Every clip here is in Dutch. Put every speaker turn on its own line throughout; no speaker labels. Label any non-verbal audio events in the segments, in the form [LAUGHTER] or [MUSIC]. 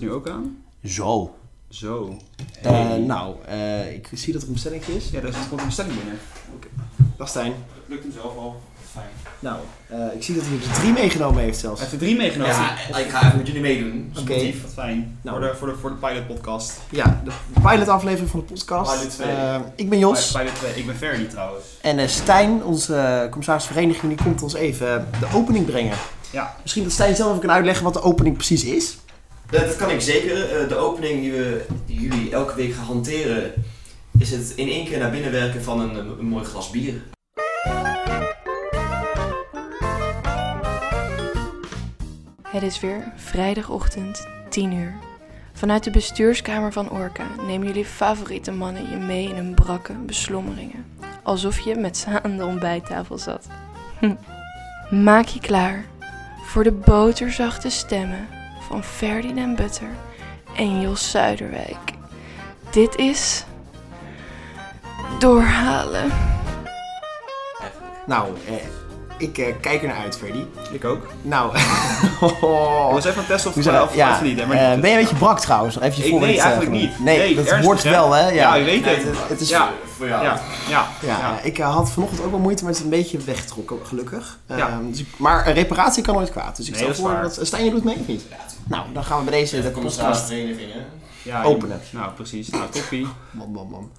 nu ook aan?
Zo.
Zo.
Eh, nou, eh, ik zie dat er een bestelling is.
Ja, daar zit gewoon een bestelling binnen. Oké.
Dag Stijn.
Dat lukt hem zelf al. Fijn.
Nou, eh, ik zie dat hij er drie meegenomen heeft zelfs.
Hij heeft er drie meegenomen.
Ja, ik ga even met jullie meedoen.
Oké.
Sportief, wat fijn.
Nou.
Voor, de, voor, de, voor de pilot podcast.
Ja, de pilotaflevering van de podcast.
Pilot twee.
Eh, ik ben Jos.
Pilot, eh, ik ben Ferdy trouwens.
En eh, Stijn, onze eh, commissarisvereniging, die komt ons even eh, de opening brengen.
Ja.
Misschien dat Stijn zelf even kan uitleggen wat de opening precies is.
Dat, dat kan ik zeker. Eh, de opening die, we, die jullie elke week gaan hanteren, is het in één keer naar binnen werken van een, eh, een mooi glas bier.
Het is weer vrijdagochtend, 10 uur. Vanuit de bestuurskamer van Orca nemen jullie favoriete mannen je mee in hun brakke beslommeringen. Alsof je met ze aan de ontbijttafel zat. Hm. Maak je klaar voor de boterzachte stemmen van Ferdinand Butter en Jos Zuiderwijk. Dit is... Doorhalen.
Eigenlijk.
Nou, eh, ik eh, kijk er naar uit, Freddy.
Ik ook.
Nou, [LAUGHS]
Ik
oh.
was even een test of
Hoe
het
zou-
wel of
ja,
of niet. hè, maar
eh,
niet.
ben je een beetje brak trouwens? Even je
Ik-
voorbeeld
nee,
zeggen.
eigenlijk niet.
Nee,
Nee,
dat
ernstig,
wordt
hè?
wel, hè? Ja,
Ja, ik weet het.
het is,
Ja.
Voor jou.
Ja, ja,
Ja,
ja.
ik eh, had vanochtend ook wel moeite met het een beetje weggetrokken, gelukkig.
Ja.
Ehm, dus ik- maar een reparatie kan nooit kwaad. Dus ik
Nee,
stel
dat is
voor
waar.
dat... Stijn, je doet mee of niet?
Ja, natuurlijk.
Nou, dan gaan we bij deze
de
de podcast...
commissarisvereniging, hè?
Ja,
Openen.
je- Nou, precies. Nou, koffie.
Man, man, man.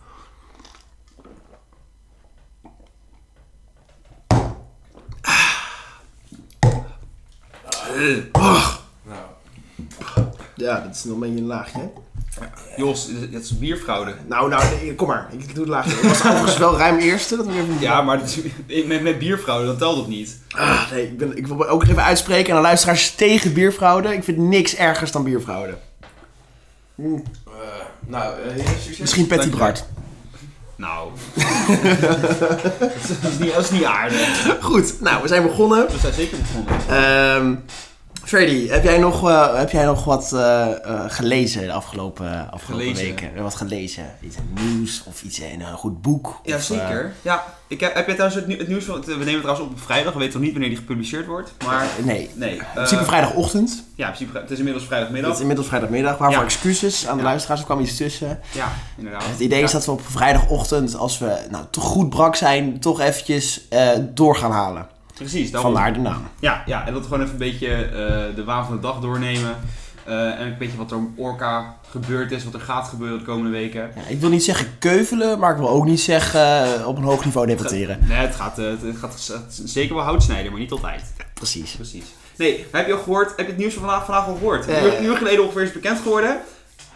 Nou,
Ja, dat is nog een beetje een laagje. hè?
Jos, dit is- dit is bierfraude.
Nou, nou, nee, kom maar. Ik doe het laagje. Het was overigens wel ruim eerste. Dat we even...
Ja, maar dat is- met, met bierfraude, dat telt dat niet.
Ah, nee, ik, ben, ik wil me ook even uitspreken aan de luisteraars tegen bierfraude. Ik vind niks ergers dan bierfraude.
eh, nou eh, heren, succes.
Misschien Patty
Dank je.
Bart.
[LAUGHS] Nou. dat, is niet, dat is niet aardig.
Goed, nou, we zijn begonnen.
We zijn zeker begonnen.
Ehm Freddy, heb jij nog, eh, heb jij nog wat eh, eh, gelezen de afgelopen, afgelopen
Gelezen?
weken? Eh, Wat gelezen? Iets in het nieuws of iets in een goed boek?
Ja,
of, eh,
zeker. Ja, ik heb, heb je trouwens het, nieuw- het nieuws van... We nemen het trouwens op op vrijdag. We weten nog niet wanneer die gepubliceerd wordt. Maar
eh, nee. In
nee. eh,
principe vrijdagochtend.
ja, in principe, het is inmiddels
Het is
vrijdagmiddag.
inmiddels vrijdagmiddag. Waarvoor
Ja.
excuses aan de
Ja.
luisteraars. Er kwam iets tussen.
Ja, inderdaad.
Het idee is
Ja.
dat we op vrijdagochtend, als we nou, te goed brak zijn, toch eventjes eh, door gaan halen.
Precies, daarom.
Vandaar de naam.
Ja, ja, en dat we gewoon even een beetje eh, de waan van de dag doornemen. Eh, en een beetje wat er om Orca gebeurd is, wat er gaat gebeuren de komende weken.
Ja, ik wil niet zeggen keuvelen, maar ik wil ook niet zeggen eh, op een hoog niveau debatteren.
Nee, het gaat, eh, het gaat het is zeker wel hout snijden, maar niet altijd.
Precies.
Precies. Nee, heb je al gehoord, heb je het nieuws van vandaag, vandaag al gehoord?
Eh.
Een uur- een uur geleden ongeveer is bekend geworden.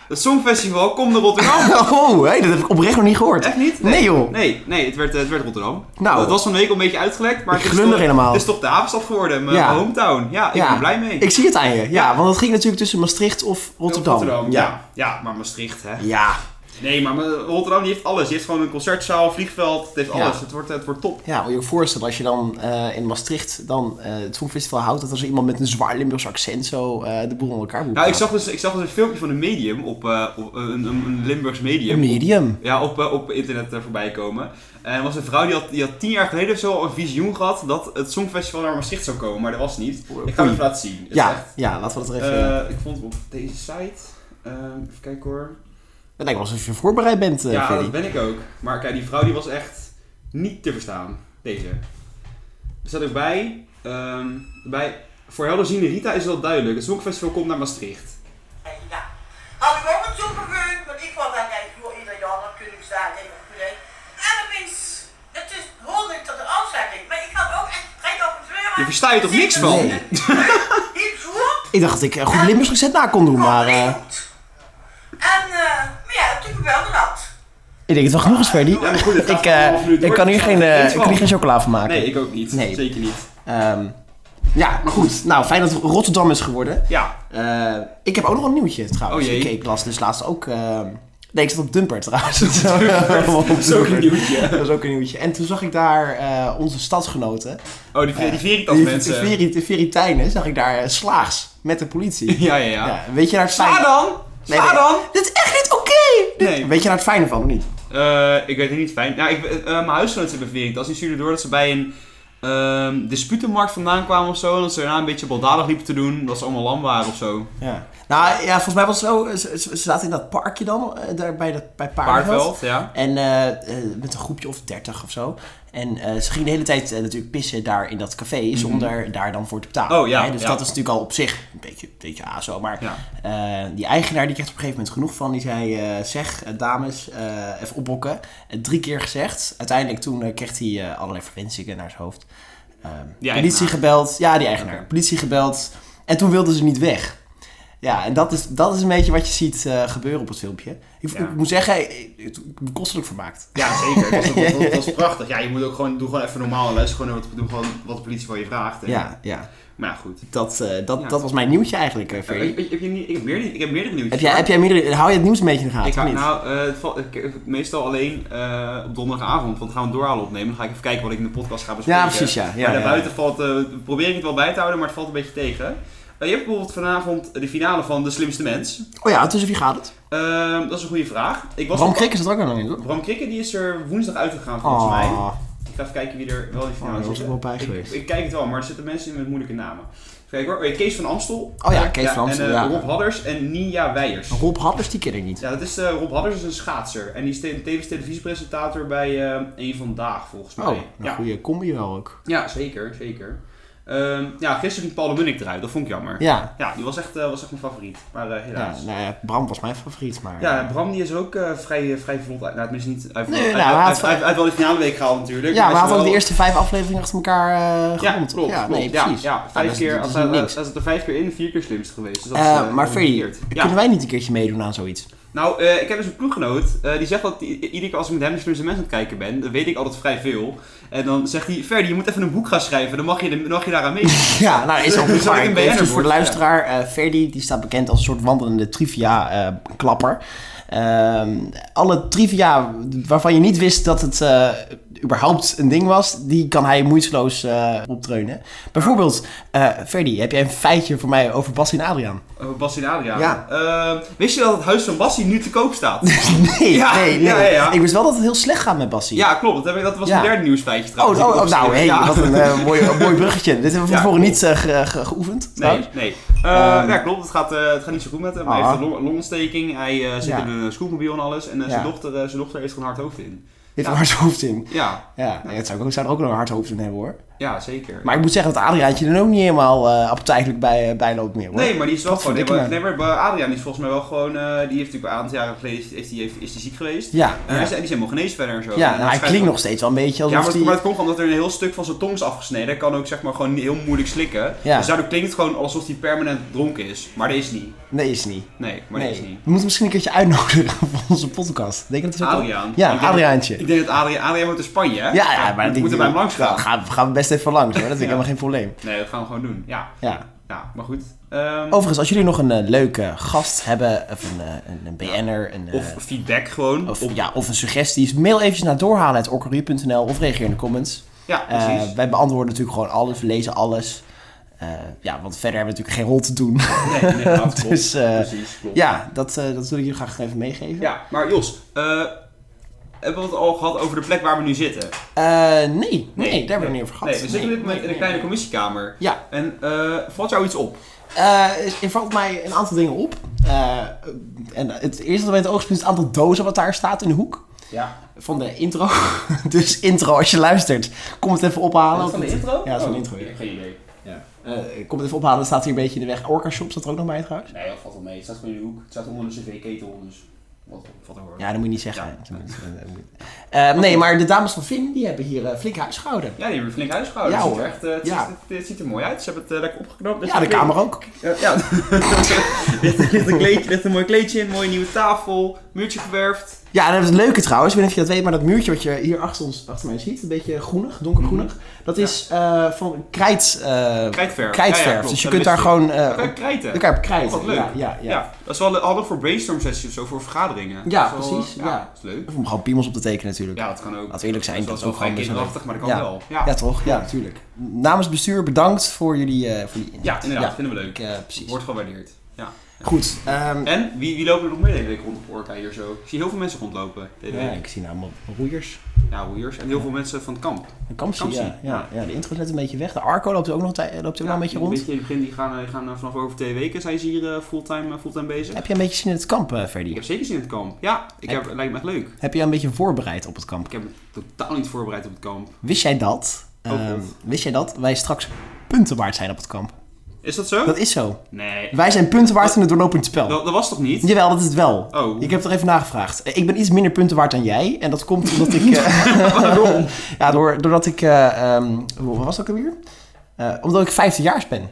Het Songfestival komt naar
[LAUGHS]
Rotterdam.
Oh, hé, dat heb ik oprecht nog niet gehoord.
Echt niet?
Nee, joh.
Nee, nee het, werd, eh, het werd Rotterdam.
Nou.
Het was van de week al een beetje uitgelekt, maar
Ik
het, is
glunder
toch,
helemaal.
het is toch de havenstad geworden, mijn
Ja.
hometown. Ja, ik
Ja.
ben er blij mee.
Ik zie het aan je. Ja, want het ging natuurlijk tussen Maastricht of Rotterdam.
ja. Ja, maar Maastricht, hè.
Ja.
Nee, maar eh, Rotterdam die heeft alles. Die heeft gewoon een concertzaal, vliegveld, het heeft
Ja.
alles. Het wordt, eh, het wordt top.
Ja, wil je je voorstellen als je dan eh, in Maastricht dan eh, het Songfestival houdt, dat als er iemand met een zwaar Limburgs accent zo eh, de boel onder elkaar moet
Nou, ik
praten.
zag dus, ik zag dus een filmpje van een medium op, eh, op een, een, een Limburgs medium.
Medium.
Ja, op, eh, op internet eh, voorbij komen. En er was een vrouw die had, die had tien jaar geleden of zo al een visioen gehad dat het Songfestival naar Maastricht zou komen, maar dat was niet. Ik ga het even laten zien. Het is
Ja,
echt-
ja, laten we dat er even...
Eh, ik vond het op deze site. Ehm, even kijken hoor.
Het lijkt wel alsof je voorbereid bent, eh
ja,
Ferdy.
dat ben ik ook. Maar kijk, die vrouw die was echt niet te verstaan. Deze. Er staat ook bij, ehm, bij voor helderziende Rita is wel duidelijk. Het Songfestival komt naar Maastricht.
Ja. Had ik ook het zo gegund, want ik was aan het voor ieder jaar natuurlijk staan tegen de collega. En opeens, het is hoorde ik dat er afzetting, maar ik had ook echt trek op het zwemmen.
Je versta je toch niks van?
Nee.
Heel
[LAUGHS]
goed,
Ik dacht dat ik een goed Limburgs accent na kon doen, maar eh,
En, eh, maar ja, toen gebeurde dat.
ik denk het wel genoeg is, Ferdy.
maar goed, het gaat
ik, eh,
een half minuut
ik
door,
kan hier
dus
geen,
dat is
eh,
iets
ik kan hier
van.
geen chocola van maken.
Nee, ik ook niet.
Nee.
Zeker niet.
Ehm, ja, maar goed. Nou, fijn dat Rotterdam is geworden.
Ja.
Eh, ik heb ook nog een nieuwtje trouwens.
Oh jee.
ik, ik las dus laatst ook. eh, nee, ik zat op Dumper trouwens. [LAUGHS] dat
Dat is ook een nieuwtje.
Dat is ook een nieuwtje. En toen zag ik daar eh, onze stadsgenoten.
Oh, die, die Veritas
Die-
mensen.
De Veri- de Veritijnen zag ik daar eh, slaags met de politie.
Ja, [LAUGHS] ja, ja.
Ja, weet je daar het
Sla
fijne
dan!
Nee,
Sla
nee.
dan!
Dit is echt niet oké! Dit-
Nee.
Weet je daar het fijne van of niet?
Eh, ik weet het niet fijn. Nou, ik, eh, eh, mijn huisgenoten hebben Veritas. Die stuurden door dat ze bij een ehm, disputenmarkt vandaan kwamen of zo. En dat ze daarna een beetje baldadig liepen te doen. Dat ze allemaal lam waren of zo.
Ja. Nou ja, volgens mij was het zo. Ze, ze- ze zaten in dat parkje dan, eh, daar bij, dat, bij Paardveld.
Paardveld, ja.
En eh, eh, met een groepje of dertig of zo. En eh, ze gingen de hele tijd eh, natuurlijk pissen daar in dat café zonder daar dan voor te betalen.
Mhm. Oh, ja,
Hè, dus
ja.
dat is natuurlijk al op zich een beetje, een beetje azo. Maar
Ja.
eh, die eigenaar die kreeg er op een gegeven moment genoeg van. Die zei, eh, zeg eh, dames, eh, even opbokken. Eh, drie keer gezegd. Uiteindelijk toen eh, kreeg hij eh, allerlei verwensingen naar zijn hoofd. Ehm, politie
eigenaar.
gebeld. Ja, die eigenaar.
Oké.
Politie gebeld. En toen wilden ze niet weg. Ja, en dat is, dat is een beetje wat je ziet eh, gebeuren op het filmpje. Ik,
Ja.
ik moet zeggen, ik,
eh,
ik, ik ben kostelijk vermaakt.
Ja, zeker. Dat was, dat was prachtig. Ja, je moet ook gewoon, doe gewoon even normaal les. Gewoon wat, doe gewoon wat de politie van je vraagt. En-
Ja, ja.
Maar ja, goed.
Dat, eh, dat,
Ja.
dat was mijn nieuwtje eigenlijk, eh,
Eh,
Ferry.
ik, ik- ik heb niet, ik, heb meerdere, ik heb meerdere nieuwtjes.
heb jij,
hoor.
heb jij meerdere, hou je het nieuws een beetje in de gaten?
Ik
of
hou,
niet?
nou, eh, het valt- ik- ik- meestal alleen eh, op donderdagavond, want dan gaan we het doorhalen opnemen. Dan ga ik even kijken wat ik in de podcast ga bespreken.
ja, precies, ja. ja,
maar
ja,
daarbuiten valt, eh, probeer ik het wel bij te houden, maar het valt een beetje tegen. Eh, je hebt bijvoorbeeld vanavond de finale van De Slimste Mens.
Oh ja, tussen wie gaat het?
Ehm, dat is een goede vraag. Ik was
Bram
op-
Krikke is het ook nog niet, hoor.
Bram Krikke die is er woensdag uitgegaan volgens mij.
Oh,
Ik ga even kijken wie er wel in de
Oh,
finale
daar was
zit.
ik wel bij
ik,
geweest.
ik kijk het wel, maar er zitten mensen in met moeilijke namen. Even kijken hoor. Eh, Kees van Amstel.
Oh ja, Kees van Amstel,
En eh,
ja.
Rob Hadders en Nia Weijers.
Rob Happers, die ken ik niet.
Ja, dat is eh, Rob Hadders is een schaatser. En die is te- tevens televisiepresentator bij eh Eén Vandaag, volgens mij.
Oh, een
ja.
goede combi wel ook.
ja, zeker, zeker. Ehm, ja, gisteren ging Paul de Munnik eruit. Dat vond ik jammer. Ja,
Ja,
die was echt, eh, was echt mijn favoriet. Maar eh,
ja,
helaas. Ja,
nou ja, Bram was mijn favoriet, maar...
Bram die is ook eh, vrij, vrij vlot uit. Nou, tenminste niet. Hij heeft
Nee,
wel-
nou,
hij-
hij
hij-
had-
hij- hij heeft wel de finale week gehaald natuurlijk.
Ja,
maar
we
hij is
hadden ook de
wel-
eerste vijf afleveringen achter elkaar eh
Ja,
gerond.
klopt.
Ja,
klopt.
nee,
Ja,
precies.
Ja,
Nou,
vijf
dat is-
keer, eh,
dat is
hij-
niet
hij-
niks.
hij zat er vijf keer in, vier keer slimst geweest. Dus dat is,
Eh,
eh,
maar Ferry,
omgekeerd.
kunnen wij niet een keertje meedoen aan zoiets?
Nou, eh, ik heb dus een ploeggenoot. eh, die zegt dat i- i- iedere keer als ik met hem de slimste mensen aan het kijken ben, dan weet ik altijd vrij veel. En dan zegt hij, Ferdi, je moet even een boek gaan schrijven. Dan mag je, dan mag je daaraan mee.
[LAUGHS] Ja, nou
[LAUGHS]
is al
Zal ik
waar.
een
Even
BN'er
voor de
worden?
luisteraar. eh Ferdi die staat bekend als een soort wandelende trivia-klapper. Ehm, alle trivia waarvan je niet wist dat het eh, überhaupt een ding was, die kan hij moeiteloos eh, optreunen. Bijvoorbeeld, eh Ferdi, heb jij een feitje voor mij over Bas en Adriaan? [LAUGHS]
Over Oh, Bassie en Adriaan.
Ja.
Eh, wist je dat het huis van Bassie nu te koop
[LAUGHS]
staat?
nee,
Ja,
nee, nee.
ja, ja, ja.
Ik wist wel dat het heel slecht gaat met Bassie.
ja, klopt. Dat, heb ik, dat was
Ja.
mijn derde nieuwsfeitje
Oh,
trouwens.
oh, oh, nou, hey,
hé. [LAUGHS]
wat een eh, mooi, een mooi bruggetje. Dit hebben we van
Ja,
tevoren
cool.
niet eh, ge- ge- geoefend.
Nee,
trouwens. Ehm.
nee. Eh, ja, klopt. Het gaat, eh, het gaat niet zo goed met hem. Hij
Ah.
heeft een long- longontsteking. Hij eh, zit
Ja.
in een scootmobiel en alles. En eh, zijn,
Ja.
dochter, eh, zijn dochter heeft er een hard hoofd in.
Dit
Ja.
ja. hard hoofd in.
Ja,
Ja, nee, het zou, ik ook, zou er ook nog een hard hoofd in hebben hoor.
ja zeker.
Maar ik moet zeggen dat Adriaantje er ook niet helemaal eh appetijtelijk bij, eh, bij loopt meer hoor.
Nee, maar die is wel
Wat
gewoon. Nee,
verdikken
maar, nee, maar bij Adriaan die is volgens mij wel gewoon. eh, die heeft natuurlijk een aantal jaren geleden is, is die, heeft, is die ziek geweest.
Ja,
En hij
ja.
is, die is helemaal genezen verder en zo. En
ja nou, hij
waarschijnlijk-
klinkt nog steeds wel een beetje
Ja,
alsof
maar het,
die...
maar het komt omdat er een heel stuk van zijn tong is afgesneden. Hij kan ook zeg maar gewoon niet- heel moeilijk slikken.
Ja.
Dus daardoor klinkt het gewoon alsof hij permanent dronken is. Maar dat is niet.
Nee, is niet.
Nee, maar dat is
Nee.
niet.
We moeten misschien een keertje uitnodigen [LAUGHS] voor onze podcast. Denk je dat het ook
Adriaan.
Ja,
Ik denk-
Adriaantje.
Ik denk dat Adriaan, Adriaan moet naar Spanje, hè?
Ja, ja, maar...
We
die-
moeten bij hem langs gaan.
Nou, gaan. we- Gaan we best even langs hoor, dat is
[LAUGHS] Ja.
helemaal geen probleem.
Nee, dat gaan we gewoon doen. Ja,
Ja.
ja maar goed. Ehm,
Overigens, als jullie nog een eh, leuke gast hebben, of een, eh, een, een BN'er, een... eh,
of feedback gewoon.
of,
Op-
ja, of een suggesties, mail eventjes naar doorhalen.orkerie.nl of reageer in de comments.
ja,
Eh,
precies.
wij beantwoorden natuurlijk gewoon alles, we lezen alles. Eh, ja, want verder hebben we natuurlijk geen rol te doen. [LAUGHS]
nee, nee, nou, klopt.
Dus, eh,
precies, klopt.
ja, dat, eh, dat wil ik jullie graag even meegeven.
Ja, maar Jos, eh, hebben we het al gehad over de plek waar we nu zitten?
Eh, nee, nee, daar hebben we het niet over gehad.
Nee, we zitten op dit moment in een kleine commissiekamer.
Ja,
En eh, valt jou iets op?
eh, er valt mij een aantal dingen op. Eh, en het eerste dat mij in het oog springt is het aantal dozen wat daar staat in de hoek.
Ja.
Van de intro. [LAUGHS] dus intro, als je luistert, kom het even ophalen.
Eh, intro? Oh.
Ja, dat is van de intro, ja.
Geen idee. Ja.
Eh, kom het even ophalen, dat staat hier een beetje in de weg. Orca Shop staat er ook nog bij trouwens.
Nee, dat valt wel mee. Het staat gewoon in de hoek. Het staat onder de cv-ketel, dus wat valt er hoor.
Ja, dat moet je niet zeggen.
Ja.
Dat moet- dat moet- Eh, nee, maar de dames van Vin, die hebben hier eh, flink huis gehouden.
Ja, die hebben flink huis gehouden.
Ja,
het, ziet er
hoor.
echt, eh, het,
Ja.
ziet, het, het ziet er mooi uit. Ze hebben het eh, lekker opgeknapt.
Ja, de kamer ook.
Ja, ja. [LAUGHS] Er ligt, er ligt een kleedje, er ligt een mooi kleedje in, mooie nieuwe tafel, muurtje gewerfd.
Ja, en het leuke trouwens, ik weet niet of je dat weet, maar dat muurtje wat je hier achter, ons, achter mij ziet, een beetje groenig, donkergroenig, dat is eh, van krijt, eh,
Mhm. Krijtverf.
krijtverf.
Ja, ja, klopt.
dus je
Ja,
kunt
dat
daar
wist
gewoon...
ik.
eh
Elkaar krijten.
elkaar op krijt.
Oh, Wat leuk.
Ja, ja, ja.
Ja. dat is wel handig voor brainstorm sessies of zo, voor vergaderingen.
Ja,
Dat is wel,
precies,
eh,
ja.
Dat is leuk.
Of om gewoon piemels op te tekenen natuurlijk.
Ja, dat kan ook.
Laten we eerlijk zijn,
dat is
dat
wel
is ook
vrij
gewoon best wel
kinderachtig, maar dat kan
Ja.
wel. Ja,
Ja, toch? Ja, natuurlijk. Namens het bestuur bedankt voor jullie... eh, voor die
ja inderdaad,
Ja,
vinden we leuk.
ik, eh, precies.
Wordt gewaardeerd. Ja.
Goed. ehm,
En wie, wie lopen er nog meer deze week rond op Orca hier zo? Ik zie heel veel mensen rondlopen deze
ja,
week.
ik zie nou allemaal roeiers.
ja, warriors. En heel veel mensen van het kamp.
Een kampsie,
Kampsie,
ja, ja, ja. De intro net een beetje weg. De Arco loopt ook nog, tij- loopt ook nog nou een beetje
die-
rond.
Weet je, die begin- die gaan, eh, die gaan eh, vanaf over twee weken zijn ze hier eh, fulltime, eh, fulltime bezig.
Heb je een beetje zin in het kamp, eh, Ferdy?
Ik heb zeker zin in het kamp. Ja, ik heb, lijkt me echt leuk.
Heb je je een beetje voorbereid op het kamp?
Ik heb me totaal niet voorbereid op het kamp.
Wist jij dat?
Oh,
Ehm,
God.
wist jij dat wij straks punten waard zijn op het kamp?
Is dat zo?
Dat is zo.
Nee.
Wij zijn punten waard in het doorlopend spel.
Dat, dat was toch niet?
Jawel, dat is het wel.
Oh.
Ik heb er even nagevraagd. Eh, Ik ben iets minder punten waard dan jij. En dat komt omdat [LAUGHS] ik... eh, [LAUGHS] ja, door, doordat ik... eh, ehm, hoe wat was dat ook alweer? Eh, omdat ik 15-jaars ben.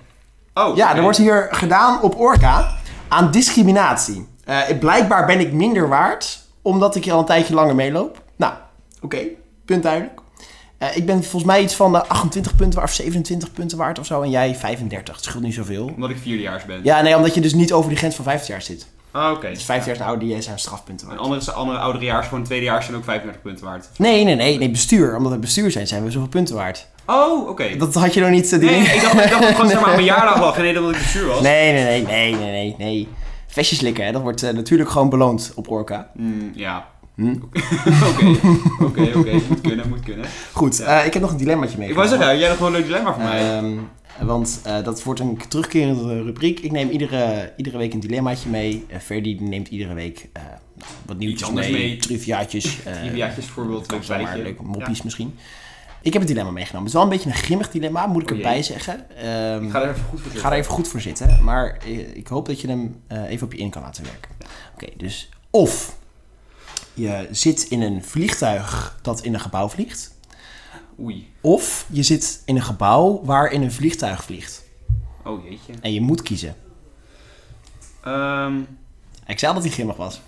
Oh,
Ja,
oké.
er wordt hier gedaan op Orca aan discriminatie. Eh, blijkbaar ben ik minder waard, omdat ik hier al een tijdje langer meeloop. Nou, oké, punt duidelijk. Eh, ik ben volgens mij iets van de 28 punten waard of 27 punten waard of zo. En jij 35. Het scheelt niet zoveel.
Omdat ik vierdejaars ben.
Ja, nee, omdat je dus niet over die grens van 50 jaar zit.
Ah, oké.
Dus 50 jaar en ouder, die zijn strafpunten
En
waard.
andere, andere ouderejaars, gewoon tweedejaars, zijn ook 35 punten waard.
Nee, nee, nee, nee, bestuur. Omdat we bestuur zijn, zijn we zoveel punten waard.
Oh, oké.
Dat had je nog niet... eh, die-
Nee, ik dacht, ik dacht gewoon zeg maar aan
[LAUGHS]
mijn jaardag lag. Nee, dat ik bestuur was.
nee, nee, nee, nee, nee, nee, nee. Vestjes likken, hè, dat wordt eh, natuurlijk gewoon beloond op Orca.
Mm, ja.
Hm?
Oké, [LAUGHS] oké, oké, oké. Moet kunnen, moet kunnen.
Goed, eh, ik heb nog een dilemmaatje mee.
Ik wou zeggen, jij hebt gewoon een leuk dilemma voor mij.
Ehm, want eh, dat wordt een terugkerende rubriek. Ik neem iedere, iedere week een dilemmaatje mee. Eh, Ferdi die neemt iedere week eh, nou, wat nieuwtjes
anders
mee,
mee.
triviaatjes. eh,
[LAUGHS] Triviaatjes bijvoorbeeld,
kan
leuk
zomaar,
feitje.
Leuke
Ja.
moppies misschien. Ik heb het dilemma meegenomen. Het is wel een beetje een grimmig dilemma, moet ik
O Oh jee.
erbij zeggen. Ehm,
Ik ga er even goed voor
ik
zitten.
ga er even goed voor zitten, maar eh, ik hoop dat je hem eh, even op je in kan laten werken. Oké, dus of je zit in een vliegtuig dat in een gebouw vliegt.
Oei.
Of je zit in een gebouw waarin een vliegtuig vliegt.
Oh jeetje.
En je moet kiezen.
Ehm,
Ik zei al dat hij grimmig was.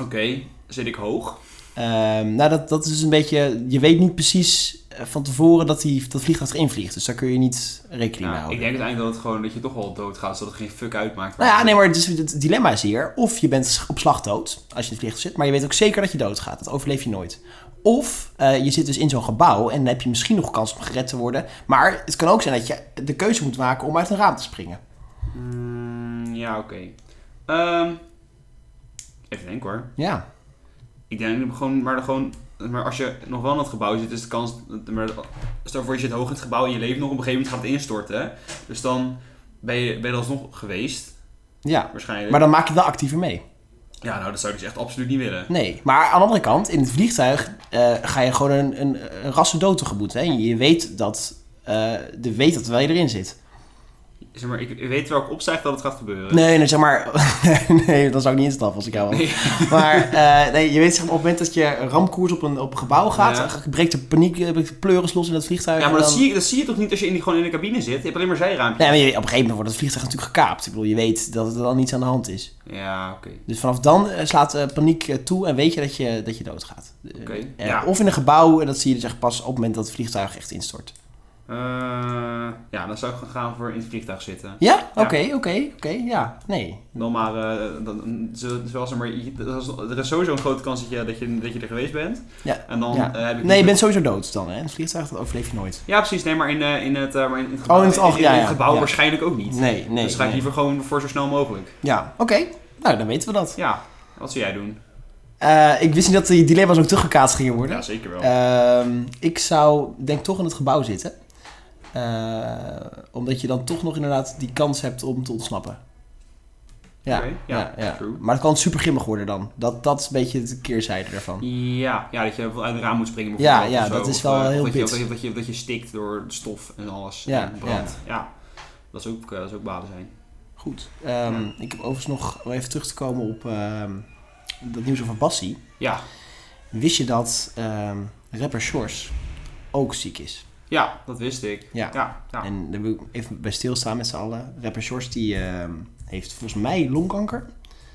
oké, zit ik hoog?
Ehm, nou, dat, dat is dus een beetje... Je weet niet precies eh, van tevoren dat die, dat vliegtuig erin vliegt. Dus daar kun je niet rekening mee
Nou,
houden.
ik denk uiteindelijk dat, het gewoon, dat je toch al doodgaat, zodat het geen fuck uitmaakt.
Nou ja, nee, maar dus het dilemma is hier. Of je bent op slag dood, als je in het vliegtuig zit. Maar je weet ook zeker dat je doodgaat. Dat overleef je nooit. Of eh, je zit dus in zo'n gebouw en dan heb je misschien nog kans om gered te worden. Maar het kan ook zijn dat je de keuze moet maken om uit een raam te springen.
Mm, ja, oké. Ehm, even denken hoor.
Ja.
Ik denk gewoon, maar, gewoon, maar als je nog wel in het gebouw zit, is de kans. Maar stel voor je zit hoog in het gebouw en je leeft nog, op een gegeven moment gaat het instorten. hè. Dus dan ben je, ben je er alsnog geweest,
Ja.
waarschijnlijk.
Maar dan maak je wel actiever mee.
Ja, nou, dat zou ik dus echt absoluut niet willen.
Nee, maar aan de andere kant, in het vliegtuig eh, ga je gewoon een, een, een rassen dood tegemoet. Hè? Je weet dat, eh de weet dat wel je erin zit.
Zeg maar, ik, ik weet waar ik opstijg dat het gaat gebeuren.
Nee, nee, zeg maar, [LAUGHS] nee, dan zou ik niet instappen als ik jou was.
Nee.
Maar eh, nee, je weet zeg maar, op het moment dat je ramkoers op een, op een gebouw gaat,
Ja.
eh, breekt de paniek, eh, breekt de pleuris los in dat vliegtuig.
Ja,
en
maar dat
dan-
zie, je, dat zie je toch niet als je in die, gewoon in de cabine zit? Je hebt alleen maar zijraampjes.
Nee, maar je- op een gegeven moment wordt het vliegtuig natuurlijk gekaapt. Ik bedoel, je weet dat er dan niets aan de hand is.
Ja, oké.
Dus vanaf dan eh, slaat eh, paniek eh, toe en weet je dat je, dat je doodgaat. Eh,
Oké,
eh,
ja.
Of in een gebouw, en dat zie je dus echt pas op het moment dat het vliegtuig echt instort.
Eh, ja, dan zou ik gewoon gaan voor in het vliegtuig zitten.
Ja?
Ja.
Oké, oké, oké. Ja, nee.
Dan maar, eh, dan, zo- zoals er maar, er is sowieso een grote kans dat je, dat je, dat je er geweest bent.
Ja.
En dan
ja.
eh, heb ik
nee, je
niet-
bent sowieso dood dan, hè? Een vliegtuig, dat overleef je nooit.
Ja, precies. Nee, maar in, eh, in, het, eh, maar in het
Oh,
gebouw,
in het algemeen, ja, ja.
gebouw
Ja.
waarschijnlijk ook niet.
Nee, nee.
dus ga ik
nee.
liever gewoon voor zo snel mogelijk.
Ja, oké. Nou, dan weten we dat.
Ja, wat zou jij doen?
Eh, ik wist niet dat die dilemma's ook teruggekaatst gingen worden.
Ja, zeker wel.
Ehm, ik zou, denk toch in het gebouw zitten. Eh, omdat je dan toch nog inderdaad die kans hebt om te ontsnappen. Ja,
Oké, ja,
ja, ja.
true.
Maar het kan super grimmig worden dan. Dat, dat is een beetje de keerzijde ervan.
ja, ja, dat je uit het raam moet springen
Ja,
bijvoorbeeld.
ja,
of zo.
dat is
Of,
wel
eh, of
heel
dat je,
bits.
dat, je, dat, je, dat je stikt door stof en alles.
Ja,
en brand. Ja. Dat zou ook, eh, dat zou ook baden zijn.
Goed. Ehm, Ik heb overigens nog, om even terug te komen op ehm, dat nieuws over Bassie.
Ja,
Wist je dat ehm, rapper Shores ook ziek is?
ja, dat wist ik.
Ja.
ja, ja.
En daar wil ik even bij stilstaan met z'n allen. Rapper Shores die ehm, heeft volgens mij longkanker.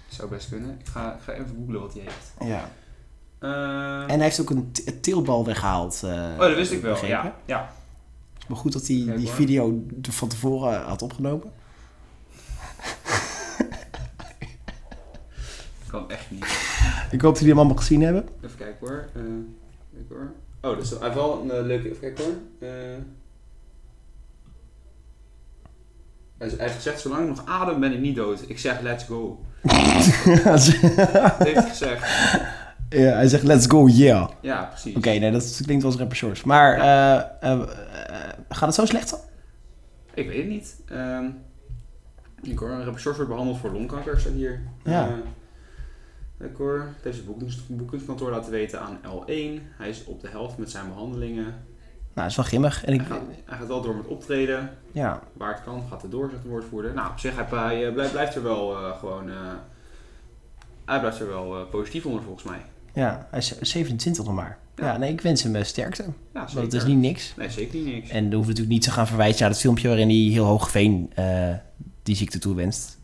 Zou best kunnen. Ik ga, ik ga even googlen wat hij heeft.
Ja.
Eh,
En hij heeft ook een t- teelbal weggehaald. eh,
oh, dat wist ik wel.
begrepen.
Ja, ja.
Maar goed dat hij
Kijk
die
hoor.
video d- van tevoren had opgenomen.
Dat kan echt niet.
Ik hoop dat jullie hem allemaal gezien hebben. [LAUGHS]
Even kijken hoor. Eh, even kijken hoor. Oh, dat is hij heeft wel een eh, leuke. Even kijken hoor. Eh, hij hij heeft gezegd: Zolang ik nog adem,
[LAUGHS]
ben ik niet dood. Ik zeg: Let's go. Dat heeft hij gezegd.
Ja, hij zegt let's go, yeah. Oké,
Ja, precies.
nee, dat klinkt als rapper Shores. Maar eh, eh, eh, gaat het zo slecht dan?
Ik weet het niet. Ehm ik hoor, een rapper Shores wordt behandeld voor longkanker, staat hier.
Ja.
Eh, ik hoor, het heeft zijn boekings- boekingskantoor laten weten aan L1. Hij is op de helft met zijn behandelingen.
Nou, is wel grimmig. En ik,
Hij gaat, hij gaat wel door met optreden.
ja.
Waar het kan, gaat het door, zegt de woordvoerder. Nou, op zich, hij, hij, eh, blijft, blijft er wel eh, gewoon... eh, hij blijft er wel eh, positief onder, volgens mij.
ja, hij is 27 nog maar. Ja,
Ja.
nee, ik wens hem eh, sterkte.
Ja,
Want
zeker.
het is niet niks.
Nee, zeker niet niks.
En dan hoeft het natuurlijk niet te gaan verwijzen naar dat filmpje waarin hij heel Hoogveen eh die ziekte toewenst.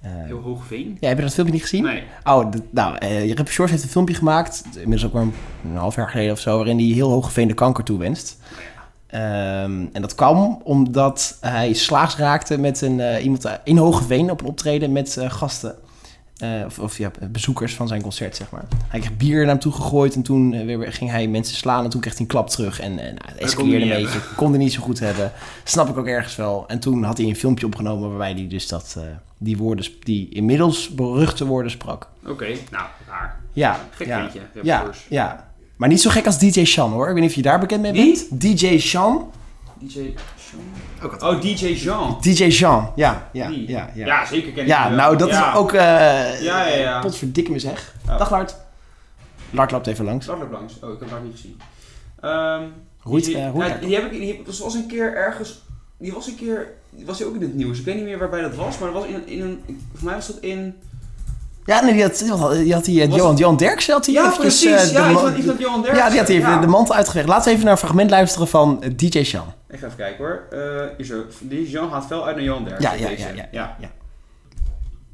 Eh,
Heel hoog veen?
ja, heb je dat filmpje niet gezien?
Nee.
Oh, d- nou, eh Rapper Shores heeft een filmpje gemaakt, inmiddels ook maar een half jaar geleden of zo, waarin hij heel hoogveen de kanker toewenst. Ehm, en dat kwam omdat hij slaags raakte met een, eh, iemand in Hogeveen op een optreden met eh, gasten. Eh, of of ja, bezoekers van zijn concert, zeg maar. Hij kreeg bier naar hem toe gegooid en toen eh, weer ging hij mensen slaan en toen kreeg hij een klap terug. En eh, nou, het escaleerde
niet
een beetje, kon hij niet zo goed hebben. Snap ik ook ergens wel. En toen had hij een filmpje opgenomen waarbij hij dus dat, eh, die woorden, sp- die inmiddels beruchte woorden sprak.
Oké, nou, raar.
Ja,
Gek
ja,
ventje, Rapper
ja,
Shores.
ja. Maar niet zo gek als DJ Shan hoor. Ik weet niet of je daar bekend mee
Wie?
bent. DJ Shan.
DJ Jean? Oh, DJ Jean.
DJ Shan. Ja, ja,
Die.
ja, ja.
Ja, zeker ken ik
Ja,
die wel.
nou dat
Ja.
is ook eh
ja, ja.
potverdikke me zeg.
Ja.
Dag Lart. Lart loopt even langs.
Zat er langs. Oh, ik heb haar niet gezien. Ehm
Roeit,
die,
eh, Roeit
ja, die heb ik, die was, was een keer ergens, die was een keer, die was ook in het nieuws. Ik weet niet meer waarbij dat was, maar dat was in, een- in een, voor mij was dat in...
Ja, nee, die had, die had, die had die, eh,
Was
Johan, Johan Derksen had hij
Ja,
eventjes,
precies.
eh, de
ja,
ma-
iets van, iets van Johan Derksen.
ja, die had hij even
Ja.
de mantel uitgewerkt. Laten we even naar een fragment luisteren van eh, DJ Shan.
Ik ga even kijken hoor. Eh, hier zo. Die Jean gaat fel uit naar Johan Derksen.
Ja, ja,
deze.
ja, ja,
ja.
ja.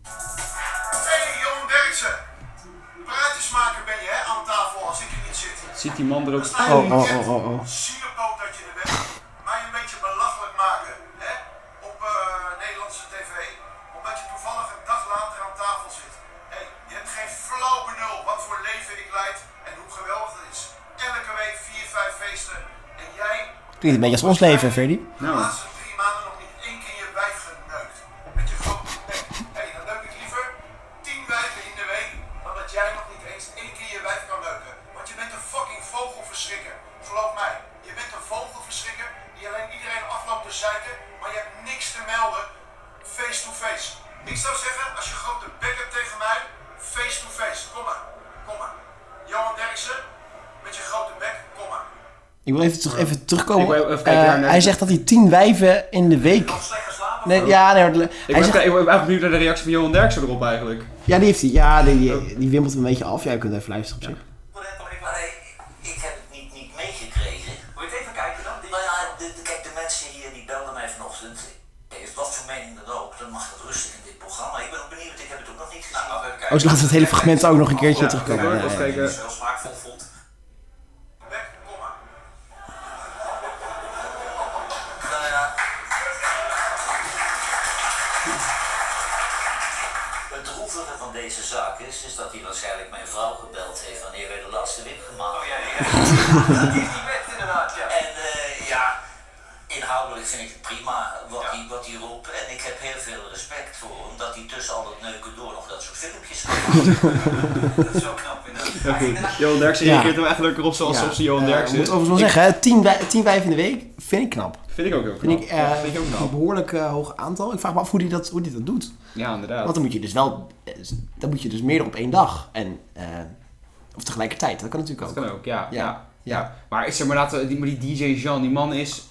Hey, Johan Derksen. Praatjes maken ben je hè, aan tafel als ik er niet zit.
Ziet die man er ook...
Sta je
Oh, oh,
bekend?
oh, oh, oh.
Sierpoot dat je er bent. Mij een beetje belachelijk maken hè, op eh, Nederlandse tv. Omdat je toevallig een dag later aan tafel zit. Hey, je hebt geen flauw benul wat voor leven ik leid en hoe geweldig het is. Elke week vier, vijf feesten. En jij...
Klinkt een beetje als ons leven, Verdi.
Nou.
De laatste drie maanden nog niet één keer je wijf geneukt. Met je grote nek. Hé, dan neuk ik liever tien wijven in de week dan dat jij nog niet eens één keer je wijf kan neuken. Want je bent een fucking vogelverschrikker. Geloof mij, je bent een vogelverschrikker die alleen iedereen afloopt te zeiken, maar je hebt niks te melden face to face. Ik zou zeggen, als je grote bek hebt tegen mij, face to face. Kom maar, kom maar. Johan Derksen, met je grote bek, kom maar.
Ik wil even, terug, even terugkomen.
Ik wil even kijken
Eh,
naar-
hij zegt dat hij tien wijven in de week...
Nog slecht geslapen?
Nee, ja, nee, maar-
Ik
hij
ben,
zegt,
ik ben eigenlijk benieuwd naar de reactie van Johan Derksen erop eigenlijk.
ja, die heeft hij. Ja, die,
Oh.
die, die wimpelt een beetje af. Jij kunt even luisteren op zich.
Maar nee, ik heb het niet, niet meegekregen. Moet je het even kijken dan? Nou ja, de, de- kijk, de mensen hier die belden mij vanochtend. Heeft wat voor mening dan ook, dan mag dat rustig in dit programma. Ik ben ook benieuwd, ik heb het ook nog niet gezien.
Oh, ze laten het hele fragment ook nog een keertje terugkomen.
hoor,
Ja,
even
ja, ja.
kijken.
heel smaakvol vond.
Bek, kom maar.
Nou ja. Het droevige van deze zaak is, is dat hij waarschijnlijk mijn vrouw gebeld heeft wanneer wij de laatste wip gemaakt hebben.
Oh [LAUGHS] Dat is niet best inderdaad, ja.
En eh, ja, inhoudelijk vind ik het prima wat hij wat hij roept. En ik heb heel veel respect voor hem dat hij tussen al dat neuken door nog dat soort filmpjes maakt.
[LAUGHS] Dat is zo knap
Ja,
inderdaad.
goed. Johan Derksen
Ja.
reageert hem echt leuker op zoals
Ja.
zoals die Johan
Eh,
Derksen.
moet overigens wel zeggen, hè, tien, wij- tien wijven in de week vind ik knap.
Vind ik ook heel knap.
Vind ik, eh,
Vind ik ook
een
knap.
behoorlijk eh, hoog aantal. Ik vraag me af hoe die dat, hoe die dat doet.
Ja, inderdaad.
Want dan moet je dus wel, eh, dan moet je dus meer op één dag. En, eh, of tegelijkertijd, dat kan natuurlijk ook.
Dat kan ook, ja.
Ja,
ja.
ja.
Maar ik zeg maar, laten we, die, maar die DJ Jean, die man is...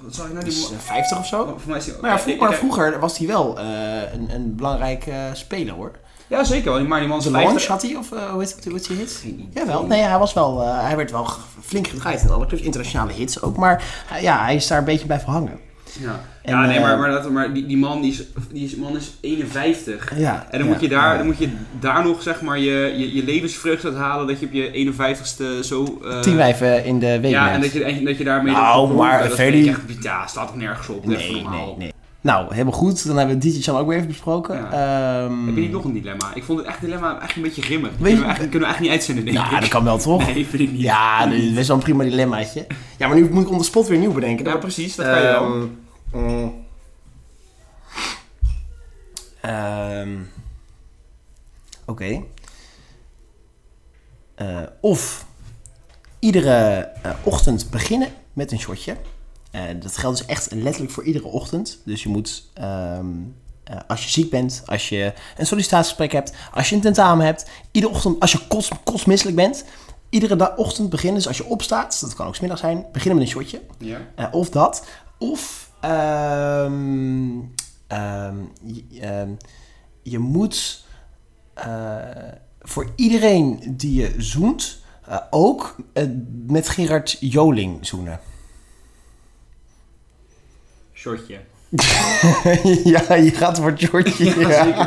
Wat zou je nou die
Dus eh,
man...
50 of zo.
Voor mij is die,
Maar ja,
ik-
vroeg-
ik-
maar vroeger was hij wel eh, een, een belangrijk eh, speler hoor.
Ja, zeker wel. Maar die man is
De launch
50.
had hij, of eh, hoe heet het- hoe heet die hit?
Geen idee.
Jawel, nee, hij, was wel, eh, hij werd wel ge- flink gedraaid in alle clubs, internationale hits ook. Maar hij- ja, hij is daar een beetje bij hangen.
Ja,
En,
ja nee,
eh,
maar, maar, dat, maar die, die, man, die, is, die is, man is 51.
Ja,
En dan,
ja,
moet je daar,
ja.
dan moet je daar nog, zeg maar, je, je, je levensvreugde uit halen dat je op je 51ste zo... eh,
Tien wijven in de week.
Ja,
maakt.
en dat je, en dat je daarmee...
Nou,
dat-
maar
dat
Ferdy-
vind ik echt- Ja, staat toch nergens op. echt
Nee,
normaal.
nee, nee. Nou, helemaal goed. Dan hebben we DJ Chan ook weer even besproken. Ehm,
Heb je niet nog een dilemma? Ik vond het echt dilemma echt een beetje grimmig.
Weet je-
Kunnen we, eigenlijk, kunnen we echt niet uitzenden, denk ik.
Nou, dat kan wel
[LAUGHS]
toch?
Nee, vind ik niet.
[LAUGHS] Ja, dat is best wel een prima dilemmaatje. Ja, maar nu moet ik on the spot weer nieuw bedenken.
Ja,
Dat-
precies, dat kan je wel.
Ehm, mm. Ehm, Oké. Eh, of iedere eh, ochtend beginnen met een shotje. Eh, dat geldt dus echt letterlijk voor iedere ochtend. Dus je moet, ehm, eh, als je ziek bent, als je een sollicitatiegesprek hebt, als je een tentamen hebt, iedere ochtend, als je kots, kotsmisselijk bent, iedere da- ochtend beginnen. Dus als je opstaat, dat kan ook 's middags zijn, beginnen met een shotje.
Ja.
Eh, of dat. Of ehm, ehm, je, ehm, je moet eh, voor iedereen die je zoent eh, ook eh, met Gerard Joling zoenen. [LAUGHS]
Shotje.
ja, je gaat voor
[LAUGHS]
Georgie.
Ja.
[LAUGHS] ja.
Zeker.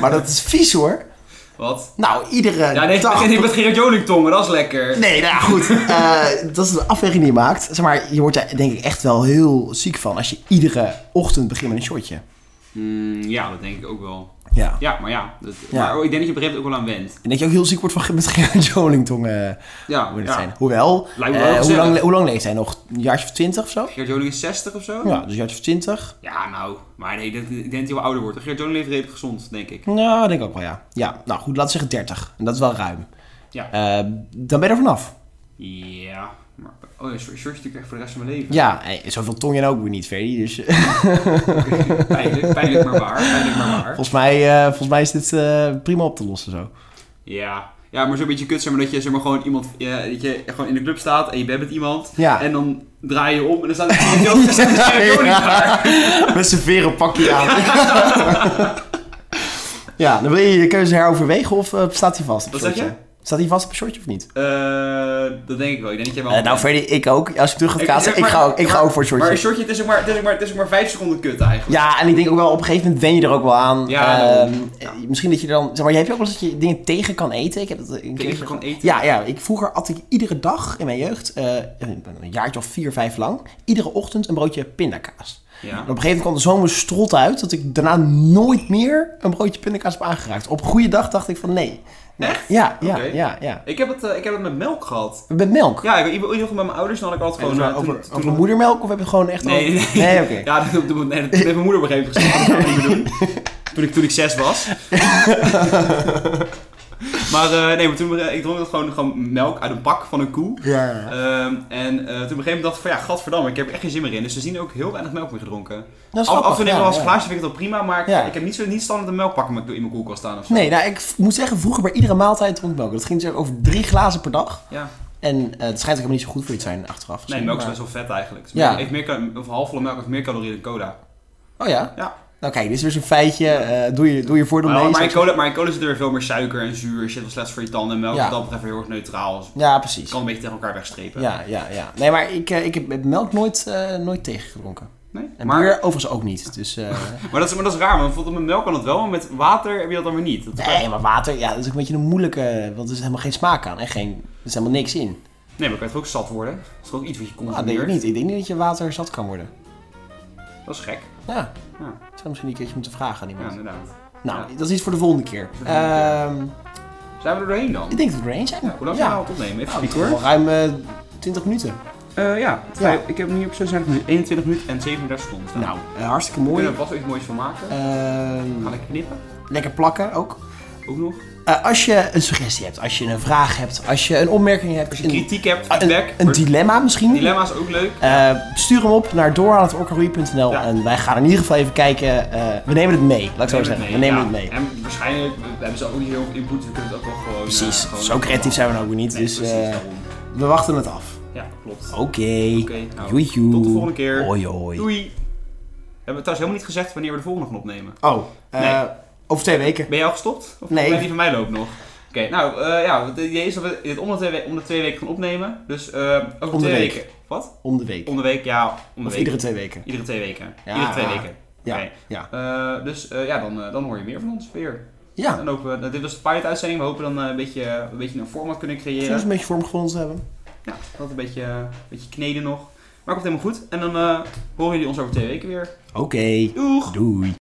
Maar dat is vies hoor.
Wat?
Nou, iedere
Ja, nee, ik
dag...
begin niet met Gerard Joling tongen, dat is lekker.
Nee, nou ja, goed. Eh, dat is een afweging die je maakt. Zeg maar, je wordt daar denk ik echt wel heel ziek van als je iedere ochtend begint met een shotje.
Mm, ja, dat denk ik ook wel.
Ja.
Ja, maar ja. Dat,
Ja.
Maar oh, ik denk dat je begrijpt ook wel aan went.
En dat je ook heel ziek wordt van met Gerard Jolingtong. eh
Ja,
moet het
ja.
zijn. Hoewel,
Lijkt me
eh,
wel
hoe,
gezellig.
lang, hoe lang leeft hij nog? Een jaartje of twintig of zo?
Gerard Joling is 60 of zo?
Ja, dus een jaartje of twintig.
Ja, nou. Maar nee, dat, ik denk dat hij wel ouder wordt. Gerard Joling leeft redelijk gezond, denk ik.
Nou, denk ik ook wel, ja. Ja, nou goed, laten we zeggen dertig. En dat is wel ruim.
Ja.
Eh, dan ben je er vanaf.
Ja. Maar, oh ja, shortje natuurlijk echt voor de rest van mijn leven.
Ja, eh, zoveel tong en ook weer niet, Ferdy. Dus eh,
Pijnlijk, pijnlijk maar waar. Pijnlijk maar
[LAUGHS]
waar.
volgens, mij, eh, volgens mij is dit eh, prima op te lossen
[LAUGHS]
zo.
Ja. Ja, maar zo'n beetje kut, zeg maar, dat je zeg maar, gewoon iemand, ja, dat je gewoon in de club staat en je bent met iemand.
Ja.
En dan draai je om en dan
[LAUGHS]
staat er iemand anders en dan [LAUGHS] staat Gerard Joling daar.
Met zijn veren pakje aan. [LAUGHS] ja, dan wil je je keuze heroverwegen of eh, staat hij vast op een
Wat zeg
shortje? Staat hij vast op een shortje of niet?
Eh, dat denk ik wel. Ik denk dat jij wel...
Eh, nou, Ferdy, ik ook. Als ik terug gaat kaatsen,
zeg
ik,
maar-
ga, ook, ik ga
maar-
ook voor een shortje.
Maar een shortje, het is ook maar, het is ook maar, het is ook maar vijf seconden kut eigenlijk.
Ja, en ik denk ook wel, op een gegeven moment wen je er ook wel aan.
Ja,
Ehm,
daarom.
eh, Misschien dat je er dan... Zeg maar, heb je ook wel eens dat je dingen tegen kan eten? Ik heb dat een keer...
Tegen kan eten.
Ja, ja, ik, vroeger at ik iedere dag in mijn jeugd, eh, een jaartje of vier, vijf lang, iedere ochtend een broodje pindakaas. En
Ja.
op een gegeven moment kwam er zo'n strot uit dat ik daarna nooit meer een broodje pindakaas heb aangeraakt. Op een goede dag dacht ik van nee. Nee.
Echt?
Ja, ja,
Oké.
ja, ja.
Ik heb, het, eh, ik heb het met melk gehad.
Met melk.
Ja, ik, in ieder geval bij mijn ouders dan had ik altijd
Over,
gewoon... eh,
over,
toen-
over
toen-
moedermelk of heb je het gewoon echt
Nee,
over-
nee,
nee. oké.
[LAUGHS] Ja, dat, dat, dat- nee, dat heeft mijn moeder op een gegeven moment gezegd. Dat gaan we niet meer
[LAUGHS]
doen. Toen ik, toen ik zes was. maar eh, nee, maar toen eh, ik dronk dat gewoon, gewoon melk uit een pak van een koe.
Ja, ja, ja.
Ehm, en eh, toen op een gegeven moment dacht ik van ja, gadverdamme, ik heb er echt geen zin meer in. Dus sindsdien ook heel weinig melk meer gedronken.
Dat is
Af,
grappig,
af en toe neem ik
ja,
wel eens een
ja.
glaasje, vind ik dat prima. Maar ik,
Ja.
ik heb niet, zo, niet standaard een melkpak in mijn- in mijn koelkast staan of zo.
Nee, nou, ik v- moet zeggen, vroeger bij iedere maaltijd dronk ik melk. Dat ging dus over drie glazen per dag.
Ja.
En eh, het schijnt ook helemaal niet zo goed voor je te zijn achteraf.
Nee,
gezien,
melk is
maar-
best wel vet eigenlijk. Dus
Ja.
meer- heeft meer, kal- of halfvolle melk heeft meer calorieën dan cola.
Oh ja?
Ja.
Nou kijk, dit is weer zo'n feitje. eh, doe, je, doe je voordeel
Oh, Maar,
mee.
maar, in
straks-
cola, maar in cola zit er veel meer suiker en zuur. Shit wat slechts voor je tanden. Melk
Ja.
is dan betreft heel erg neutraal. Dus
Ja, precies.
kan een beetje tegen elkaar wegstrepen.
Ja, ja, ja. Nee, maar ik, eh, ik heb met melk nooit, eh, nooit tegengedronken.
Nee?
En
Maar,
bier
maar,
overigens ook niet. Dus,
[LAUGHS]
eh,
dat is, maar dat is raar, want bijvoorbeeld met melk kan dat wel, maar met water heb je dat dan weer niet. Dat is-
nee, maar water, ja, dat is ook een beetje een moeilijke... Want er is helemaal geen smaak aan en geen, er is helemaal niks in.
Nee, maar kan je toch ook zat worden? Dat is toch ook iets wat je
Nou, dat denk
consumeert?
ik niet. Ik denk niet dat je water zat kan worden.
Dat is gek.
Ja,
Ja.
dat zou misschien een keertje moeten vragen aan
Ja,
iemand.
inderdaad.
nou,
ja.
dat is iets voor de volgende keer. Ehm,
Zijn we er doorheen dan?
ik denk dat we er eens zijn.
Hoe lang
Ja.
gaan we het opnemen? Even
Nou,
spieken
wel
hoor.
ruim eh, 20 minuten.
Eh, ja, Vrij- ik heb nu op 26 minuten, 21 minuten en 37 seconden staan.
Nou, eh, hartstikke
we
mooi.
kunnen er vast wel iets moois van maken.
Ehm,
Ga lekker knippen,
lekker plakken ook.
ook nog.
Eh, als je een suggestie hebt, als je een vraag hebt, als je een opmerking hebt,
Als je
een-
kritiek Ah, hebt,
een,
feedback.
een dilemma misschien.
dilemma's ook leuk.
eh, stuur hem op naar doorhalen.orkaroei.nl
Ja.
en wij gaan in ieder geval even kijken. eh, we nemen het mee, laat ik zo zeggen. we nemen
ja.
het mee.
En waarschijnlijk we hebben ze ook niet heel veel input, we kunnen het ook wel gewoon...
Precies,
eh, gewoon-
zo creatief zijn we nou ook weer niet.
Nee,
dus
precies,
eh, Oh,
daarom.
we wachten het af.
Ja, klopt.
Oké.
Oké, nou,
Joe, joe.
tot de volgende keer.
Hoi, hoi.
Doei! Hebben we trouwens helemaal niet gezegd wanneer we de volgende gaan opnemen.
Oh, eh,
Nee.
over twee weken.
Ben jij al gestopt? Of
Nee.
ben die van mij loopt nog? Oké, nou eh, ja, het idee is dat we dit om de twee, we- om de twee weken gaan opnemen. Dus eh over
Om de
twee
week.
weken. Wat?
Om de week.
Om de week, ja. Om de
of
week.
iedere twee weken.
Iedere twee weken.
Ja.
Iedere twee weken.
Ja,
Oké.
ja.
Eh, dus eh, ja, dan, eh, dan hoor je meer van ons weer.
Ja,
Dan hopen we, nou, dit was de pilot uitzending. We hopen dan eh, een, beetje, eh, een beetje een format kunnen
misschien
creëren.
eens een beetje vorm gevonden te hebben.
Ja, dat een beetje, eh, een beetje kneden nog. Maar komt helemaal goed. En dan eh, horen jullie ons over twee weken weer.
Oké,
Doeg!
doei.